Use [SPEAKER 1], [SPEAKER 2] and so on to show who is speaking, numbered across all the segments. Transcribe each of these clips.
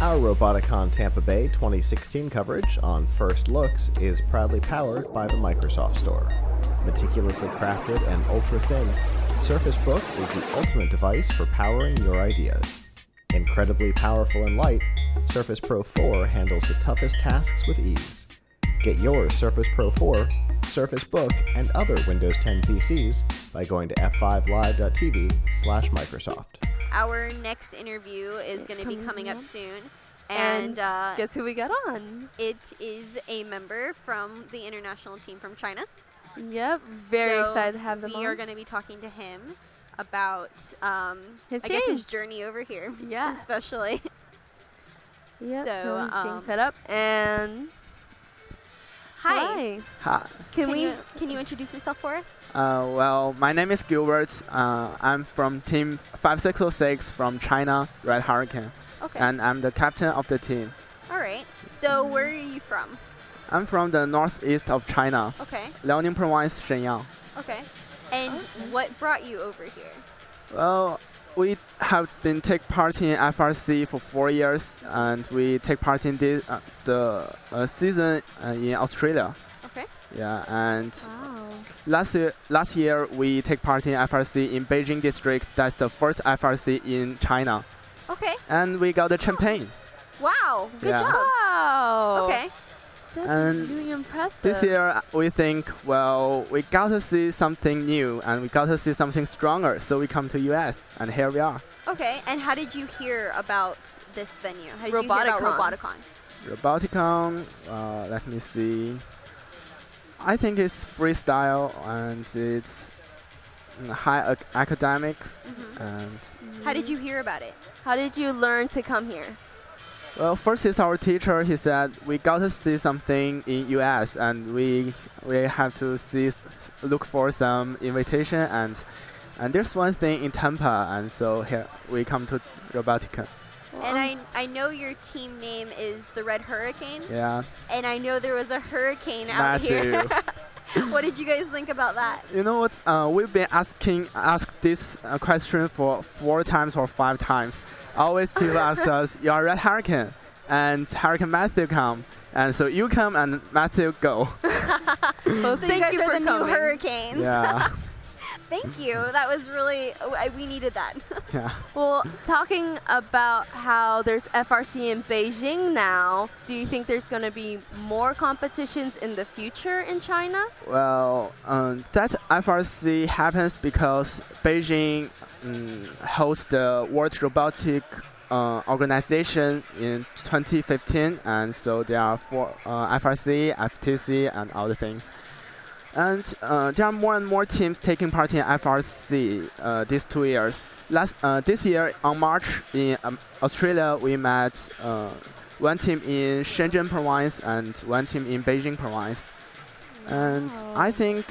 [SPEAKER 1] Roboticon Tampa Bay 2016 coverage on First Looks is proudly powered by the Microsoft Store. Meticulously crafted and ultra thin, Surface Book is the ultimate device for powering your ideas. Incredibly powerful and light, Surface Pro 4 handles the toughest tasks with ease. Get your Surface Pro 4, Surface Book, and other Windows 10 PCs by going to f5live.tv slash Microsoft.
[SPEAKER 2] Our next interview is going to be coming up soon.
[SPEAKER 3] And
[SPEAKER 2] And uh,
[SPEAKER 3] guess who we got on?
[SPEAKER 2] it is a member from the international team from China.
[SPEAKER 3] Yep, very
[SPEAKER 2] So
[SPEAKER 3] excited to have them
[SPEAKER 2] we
[SPEAKER 3] on.
[SPEAKER 2] are going to be talking to him about, um,
[SPEAKER 3] His
[SPEAKER 2] I guess,
[SPEAKER 3] team.
[SPEAKER 2] his journey over here.
[SPEAKER 3] Yes.
[SPEAKER 2] Especially.
[SPEAKER 3] Yep,
[SPEAKER 2] so,
[SPEAKER 3] so, it's being
[SPEAKER 2] um,
[SPEAKER 3] set up and
[SPEAKER 2] Hi.
[SPEAKER 4] Hi.
[SPEAKER 3] Can, we?
[SPEAKER 2] you, can you introduce yourself for us?
[SPEAKER 4] Uh, well, my name is Gilbert. Uh, I'm from Team 5606 from China, Red Hurricane,
[SPEAKER 2] Okay.
[SPEAKER 4] and I'm the captain of the team.
[SPEAKER 2] All right. So where are you from?
[SPEAKER 4] I'm from the northeast of China,
[SPEAKER 2] Okay.
[SPEAKER 4] Liaoning Province, Shenyang.
[SPEAKER 2] Okay. And what brought you over here?
[SPEAKER 4] Well, we have been take part in FRC for four years, and we take part in the, uh, the uh, season uh, in Australia.
[SPEAKER 2] Okay.
[SPEAKER 4] Yeah, and
[SPEAKER 3] Wow.
[SPEAKER 4] last year, last year we take part in FRC in Beijing District. That's the first FRC in China,
[SPEAKER 2] Okay.
[SPEAKER 4] and we got the champagne.
[SPEAKER 2] Wow. Good
[SPEAKER 4] Yeah.
[SPEAKER 2] job.
[SPEAKER 3] Wow.
[SPEAKER 2] Okay.
[SPEAKER 3] That's
[SPEAKER 4] And
[SPEAKER 3] really impressive.
[SPEAKER 4] This year we think, well, we got to see something new and we got to see something stronger. So we come to US, and here we are.
[SPEAKER 2] Okay. And how did you hear about this venue? How did you hear about
[SPEAKER 3] Roboticon.
[SPEAKER 2] Roboticon?
[SPEAKER 4] Roboticon, uh, let me see. I think it's freestyle and it's mm, high ac- academic and
[SPEAKER 2] How did you hear about it?
[SPEAKER 3] How did you learn to come here?
[SPEAKER 4] well first is our teacher he said we got to see something in US and we we have to see s- s- look for some invitation and and there's one thing in Tampa and so here we come to Robotica
[SPEAKER 2] And I I know your team name is the Red Hurricane,
[SPEAKER 4] yeah
[SPEAKER 2] and I know there was a hurricane out here.
[SPEAKER 4] Matthew.
[SPEAKER 2] what did you guys think about that?
[SPEAKER 4] You know what? Uh, we've been asking asked this uh, question for four times or five times. Always people ask us, "You are Red Hurricane," and Hurricane Matthew come, and so you come and Matthew go.
[SPEAKER 3] Well,
[SPEAKER 2] So
[SPEAKER 3] thank
[SPEAKER 2] you guys
[SPEAKER 3] for
[SPEAKER 2] are the
[SPEAKER 3] coming.
[SPEAKER 2] new hurricanes.
[SPEAKER 4] yeah,
[SPEAKER 2] Thank you. That was really I- we needed that.
[SPEAKER 4] yeah.
[SPEAKER 3] Well, talking about how there's FRC in Beijing now, do you think there's going to be more competitions in the future in China?
[SPEAKER 4] Well, um, that FRC happens because Beijing um, hosts the World Robotic uh, Organization in 2015, and so there are four uh, FRC, FTC, and other things. And uh, there are more and more teams taking part in FRC uh, these two years. Last uh, this year on March in um, Australia, we met uh, one team in Shenzhen province and one team in Beijing province. And I think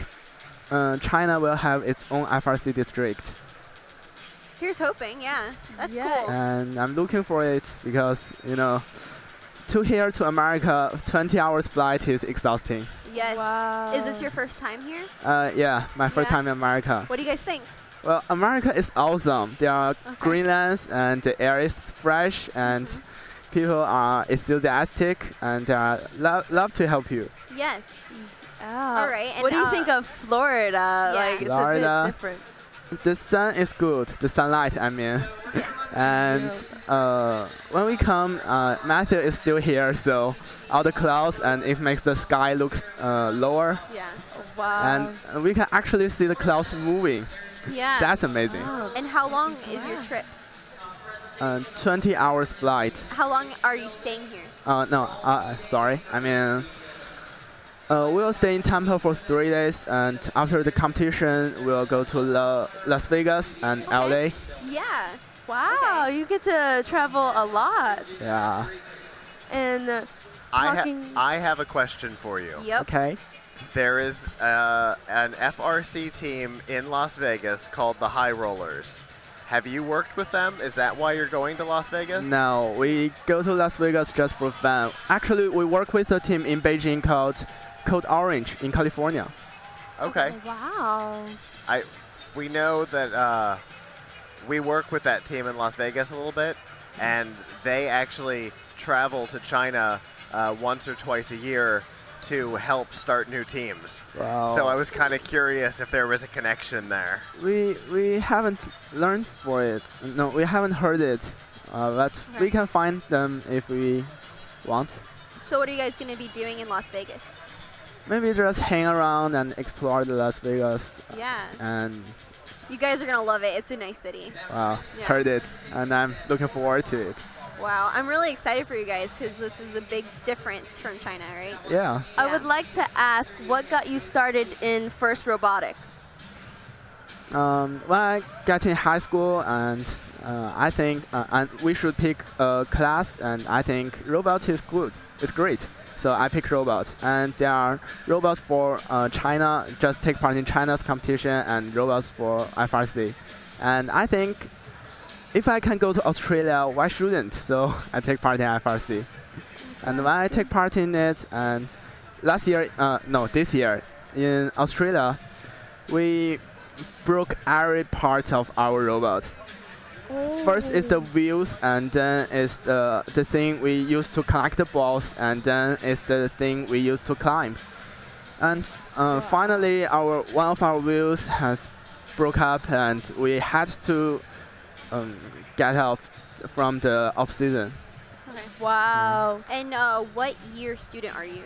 [SPEAKER 4] uh, China will have its own FRC district.
[SPEAKER 2] Here's hoping. Yeah. That's
[SPEAKER 3] Yes.
[SPEAKER 2] cool.
[SPEAKER 4] And I'm looking for it because, you know, to here to America, 20 hours flight is exhausting.
[SPEAKER 2] Yes.
[SPEAKER 3] Wow.
[SPEAKER 2] Is this your first time here?
[SPEAKER 4] Uh, yeah, my first
[SPEAKER 2] Yeah.
[SPEAKER 4] time in America.
[SPEAKER 2] What do you guys think?
[SPEAKER 4] Well, America is awesome. There are greenlands and the air is fresh and people are enthusiastic and uh, lo- love to help you.
[SPEAKER 2] Yes.
[SPEAKER 3] All
[SPEAKER 2] right, and,
[SPEAKER 3] what do you
[SPEAKER 2] uh,
[SPEAKER 3] think of Florida? Like it's
[SPEAKER 4] Florida.
[SPEAKER 3] a bit different.
[SPEAKER 4] the sun is good, the sunlight, I mean. And uh, when we come, uh, Matthew is still here, so all the clouds, and it makes the sky looks uh, lower,
[SPEAKER 2] Yeah.
[SPEAKER 3] Wow.
[SPEAKER 4] and we can actually see the clouds moving.
[SPEAKER 2] Yeah.
[SPEAKER 4] That's amazing.
[SPEAKER 3] Wow.
[SPEAKER 2] and how long is your trip?
[SPEAKER 4] Uh, 20 hours flight.
[SPEAKER 2] How long are you staying here?
[SPEAKER 4] Uh, no, uh, sorry. I mean, uh, we'll stay in Tampa for three days, and after the competition, we'll go to La- Las Vegas and LA.
[SPEAKER 2] Yeah.
[SPEAKER 3] Wow, you get to travel a lot.
[SPEAKER 4] Yeah.
[SPEAKER 3] And uh,
[SPEAKER 5] I, ha-
[SPEAKER 3] talking-
[SPEAKER 5] I have a question for you.
[SPEAKER 2] Yep.
[SPEAKER 4] Okay.
[SPEAKER 5] There is uh, an FRC team in Las Vegas called the High Rollers. Have you worked with them? Is that why you're going to Las Vegas?
[SPEAKER 4] No, we go to Las Vegas just for fun. Actually, we work with a team in Beijing called Code Orange in California.
[SPEAKER 5] Okay.
[SPEAKER 2] Oh,
[SPEAKER 3] wow.
[SPEAKER 5] I we know that uh, we work with that team in Las Vegas a little bit, and they actually travel to China uh, once or twice a year to help start new teams.
[SPEAKER 4] Wow.
[SPEAKER 5] So I was kind of curious if there was a connection there.
[SPEAKER 4] uh, we we haven't learned for it. No, we haven't heard it. Uh, but we
[SPEAKER 2] Okay.
[SPEAKER 4] can find them if we want.
[SPEAKER 2] So what are you guys going to be doing in Las Vegas?
[SPEAKER 4] Maybe just hang around and explore the Las Vegas.
[SPEAKER 2] Yeah.
[SPEAKER 4] And
[SPEAKER 2] You guys are going to love it. It's a nice city.
[SPEAKER 4] wow,
[SPEAKER 2] Yeah.
[SPEAKER 4] heard it. And I'm looking forward to it.
[SPEAKER 2] Wow. I'm really excited for you guys because this is a big difference from China, right?
[SPEAKER 4] Yeah.
[SPEAKER 3] I
[SPEAKER 2] Yeah.
[SPEAKER 3] would like to ask what got you started in first robotics?
[SPEAKER 4] Um, when I got in high school, and uh, I think uh, and we should pick a class, and I think robot is good. It's great. So I picked robot, and there are robots for uh, China. Just take part in China's competition, and robots for FRC. And I think if I can go to Australia, why shouldn't? So I take part in FRC, and when I take part in it, and last year, uh, no, this year in Australia, we broke every part of our robot. First is the wheels, and then is the the thing we use to connect the balls, and then is the thing we use to climb. And uh, finally, our one of our wheels has broke up, and we had to um, get out from the off season.
[SPEAKER 2] Okay.
[SPEAKER 3] Wow.
[SPEAKER 2] And uh, what year student are you?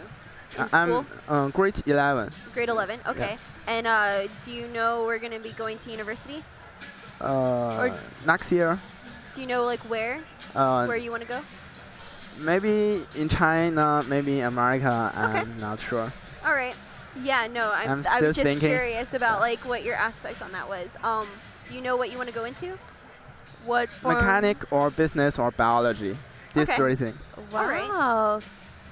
[SPEAKER 2] In
[SPEAKER 4] I'm
[SPEAKER 2] school?
[SPEAKER 4] uh, grade 11.
[SPEAKER 2] Grade 11. Okay. And uh, do you know we're going to be going to university?
[SPEAKER 4] Uh, next year,
[SPEAKER 2] Do you know like where?
[SPEAKER 4] uh,
[SPEAKER 2] where you want to go?
[SPEAKER 4] maybe in China, maybe in America.
[SPEAKER 2] Okay.
[SPEAKER 4] I'm not sure.
[SPEAKER 2] All right. Yeah, no, I'm,
[SPEAKER 4] I'm
[SPEAKER 2] I was
[SPEAKER 4] still
[SPEAKER 2] just
[SPEAKER 4] thinking.
[SPEAKER 2] curious about like what your aspect on that was. Um, do you know what you want to go into?
[SPEAKER 3] What form?
[SPEAKER 4] mechanic or business or biology. These
[SPEAKER 2] Okay.
[SPEAKER 4] three things.
[SPEAKER 3] Wow.
[SPEAKER 2] All right.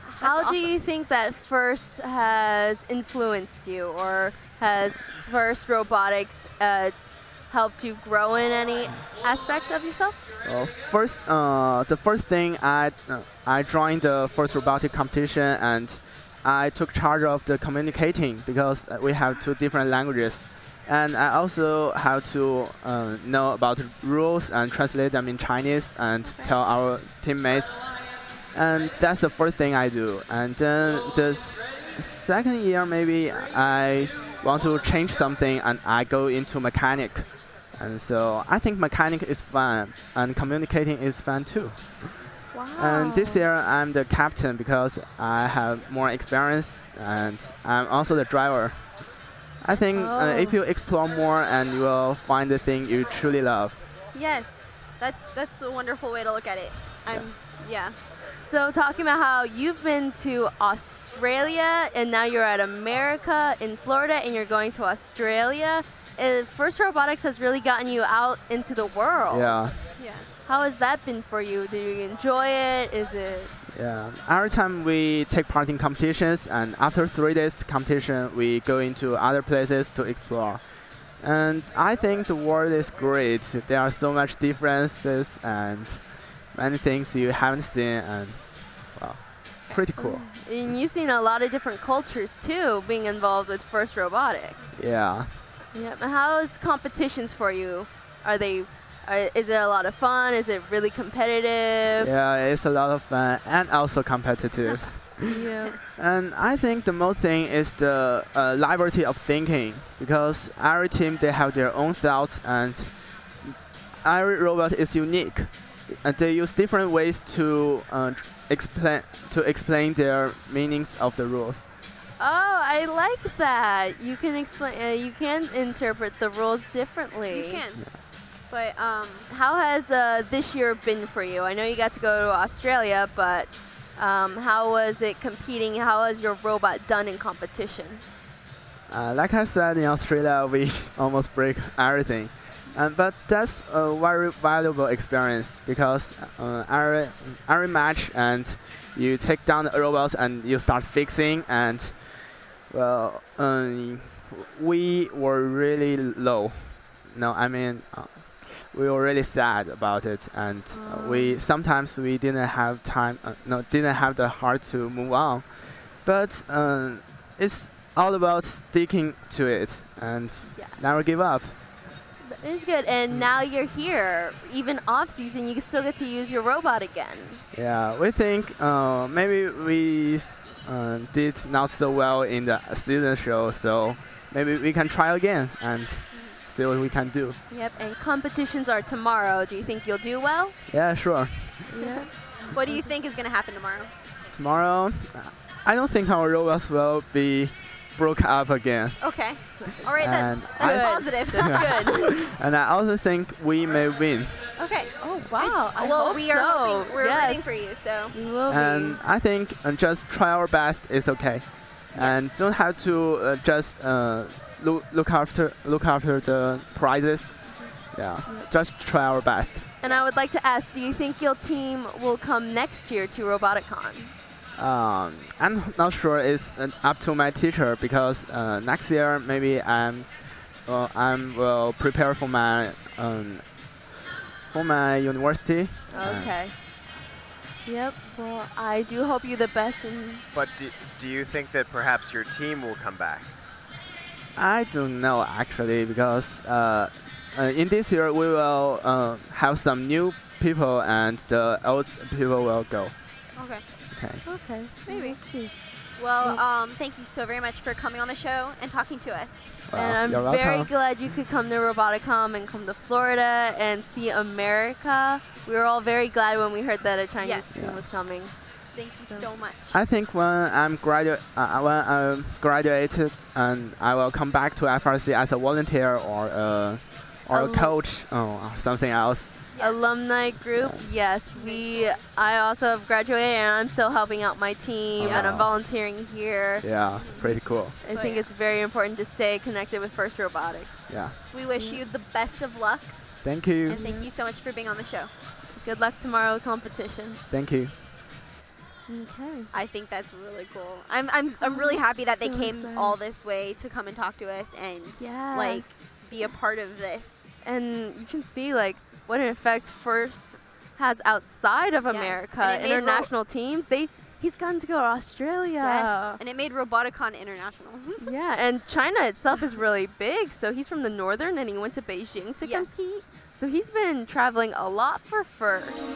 [SPEAKER 3] How
[SPEAKER 2] That's
[SPEAKER 3] do you think that first has influenced you, or has first robotics uh, helped you grow in any aspect of yourself?
[SPEAKER 4] Uh, first, uh, the first thing I uh, I joined the first robotic competition and I took charge of the communicating because uh, we have two different languages, and I also have to uh, know about rules and translate them in Chinese and tell our teammates. And that's the first thing I do. And then the s- second year maybe I want to change something and I go into mechanic. And so I think mechanic is fun and communicating is fun too.
[SPEAKER 3] Wow.
[SPEAKER 4] And this year I'm the captain because I have more experience and I'm also the driver. I think uh, if
[SPEAKER 3] Oh.
[SPEAKER 4] you explore more and you will find the thing you truly love.
[SPEAKER 2] Yes, that's that's a wonderful way to look at it. I'm yeah.
[SPEAKER 3] So talking about how you've been to Australia and now you're at America in Florida and you're going to Australia. Uh, First Robotics has really gotten you out into the world.
[SPEAKER 4] Yeah.
[SPEAKER 2] Yeah.
[SPEAKER 3] How has that been for you? Do you enjoy it? Is it
[SPEAKER 4] Yeah, every time we take part in competitions, and after three days competition, we go into other places to explore. And I think the world is great. There are so much differences and many things you haven't seen, and wow, pretty cool.
[SPEAKER 3] and you've seen a lot of different cultures too being involved with First Robotics.
[SPEAKER 4] Yeah,
[SPEAKER 3] Yep. And How's competitions for you? Are they are, is it a lot of fun? Is it really competitive?
[SPEAKER 4] yeah, it's a lot of fun and also competitive.
[SPEAKER 3] Yeah.
[SPEAKER 4] And I think the most thing is the uh, liberty of thinking because every team they have their own thoughts and every robot is unique. And they use different ways to uh, tr- explain to explain their meanings of the rules.
[SPEAKER 3] Oh, I like that. You can explain. Uh, you can interpret the rules differently.
[SPEAKER 2] You can. But um
[SPEAKER 3] How has uh, this year been for you? I know you got to go to Australia, but um, how was it competing? How has your robot done in competition?
[SPEAKER 4] Uh, like I said, in Australia we almost break everything, and but that's a very valuable experience because uh, every every match and you take down the robots and you start fixing and well, um, we were really low. No, I mean. Uh, we were really sad about it, and uh, we sometimes we didn't have time, uh, no, didn't have the heart to move on. But um, it's all about sticking to it and
[SPEAKER 3] Yeah.
[SPEAKER 4] never give up.
[SPEAKER 3] It is good, and now you're here. Even off season, you can still get to use your robot again.
[SPEAKER 4] Yeah, we think uh, maybe we uh, did not so well in the season show, so maybe we can try again and see what we can do.
[SPEAKER 3] Yep, and competitions are tomorrow. Do you think you'll do well?
[SPEAKER 4] Yeah, sure.
[SPEAKER 2] What do you think is going to happen tomorrow?
[SPEAKER 4] Tomorrow, I don't think our robots will be broke up again.
[SPEAKER 2] Okay. All right, then.
[SPEAKER 4] And
[SPEAKER 2] That's
[SPEAKER 4] I-
[SPEAKER 2] positive.
[SPEAKER 3] Good.
[SPEAKER 4] And I also think we may win.
[SPEAKER 2] okay.
[SPEAKER 3] oh wow! I
[SPEAKER 2] well,
[SPEAKER 3] hope
[SPEAKER 2] we are
[SPEAKER 3] so.
[SPEAKER 2] hoping, we're
[SPEAKER 3] yes.
[SPEAKER 2] rooting for you, so
[SPEAKER 3] We will
[SPEAKER 4] And I think uh, just try our best is okay. And don't have to uh, just uh, look, look after look after the prizes. Yeah, just try our best.
[SPEAKER 3] be. And I would like to ask: Do you think your team will come next year to Roboticon?
[SPEAKER 4] Um, I'm not sure it's uh, up to my teacher because uh, next year maybe I'm uh, I'm will prepare for my um, for my university.
[SPEAKER 3] Okay. Yep. Well, I do hope you the best. In
[SPEAKER 5] But do, do you think that perhaps your team will come back?
[SPEAKER 4] I don't know actually because uh, uh, in this year we will uh, have some new people and the old people will go.
[SPEAKER 2] okay.
[SPEAKER 4] Okay.
[SPEAKER 3] okay,
[SPEAKER 2] Maybe.
[SPEAKER 3] we'll see.
[SPEAKER 2] Well, um, thank you so very much for coming on the show and talking to us.
[SPEAKER 4] Well,
[SPEAKER 3] and
[SPEAKER 4] you're
[SPEAKER 3] I'm very
[SPEAKER 4] welcome.
[SPEAKER 3] glad you could come to Roboticom and come to Florida and see America. We were all very glad when we heard that a Chinese
[SPEAKER 2] Yes.
[SPEAKER 3] team
[SPEAKER 4] Yeah.
[SPEAKER 3] was coming.
[SPEAKER 2] Thank you so much.
[SPEAKER 4] I think when I'm gradu- uh, when I'm graduated, and I will come back to FRC as a volunteer or a, or a
[SPEAKER 3] Alum-
[SPEAKER 4] coach or something else.
[SPEAKER 2] Yeah.
[SPEAKER 3] Alumni group, yes. We. I also have graduated and I'm still helping out my team and I'm
[SPEAKER 4] Yeah.
[SPEAKER 3] volunteering here.
[SPEAKER 4] Yeah, pretty cool.
[SPEAKER 3] I
[SPEAKER 2] Oh,
[SPEAKER 3] think
[SPEAKER 2] yeah.
[SPEAKER 3] it's very important to stay connected with First Robotics.
[SPEAKER 4] Yeah,
[SPEAKER 2] We wish you the best of luck
[SPEAKER 4] thank you,
[SPEAKER 2] and thank you so much for being on the show.
[SPEAKER 3] Good luck tomorrow with competition.
[SPEAKER 4] thank you.
[SPEAKER 3] Okay.
[SPEAKER 2] I think that's really cool. I'm I'm, I'm really happy that they
[SPEAKER 3] Oh, So
[SPEAKER 2] came
[SPEAKER 3] excited.
[SPEAKER 2] all this way to come and talk to us and like
[SPEAKER 3] Yes.
[SPEAKER 2] be a part of this.
[SPEAKER 3] and you can see like what an effect first has outside of
[SPEAKER 2] Yes,
[SPEAKER 3] America.
[SPEAKER 2] and it made Ro-
[SPEAKER 3] International teams, they he's gotten to go to Australia.
[SPEAKER 2] Yes. And it made Roboticon International.
[SPEAKER 3] Yeah, and China itself is really big. So he's from the northern and he went to Beijing to
[SPEAKER 2] Yes.
[SPEAKER 3] compete. So he's been traveling a lot for first.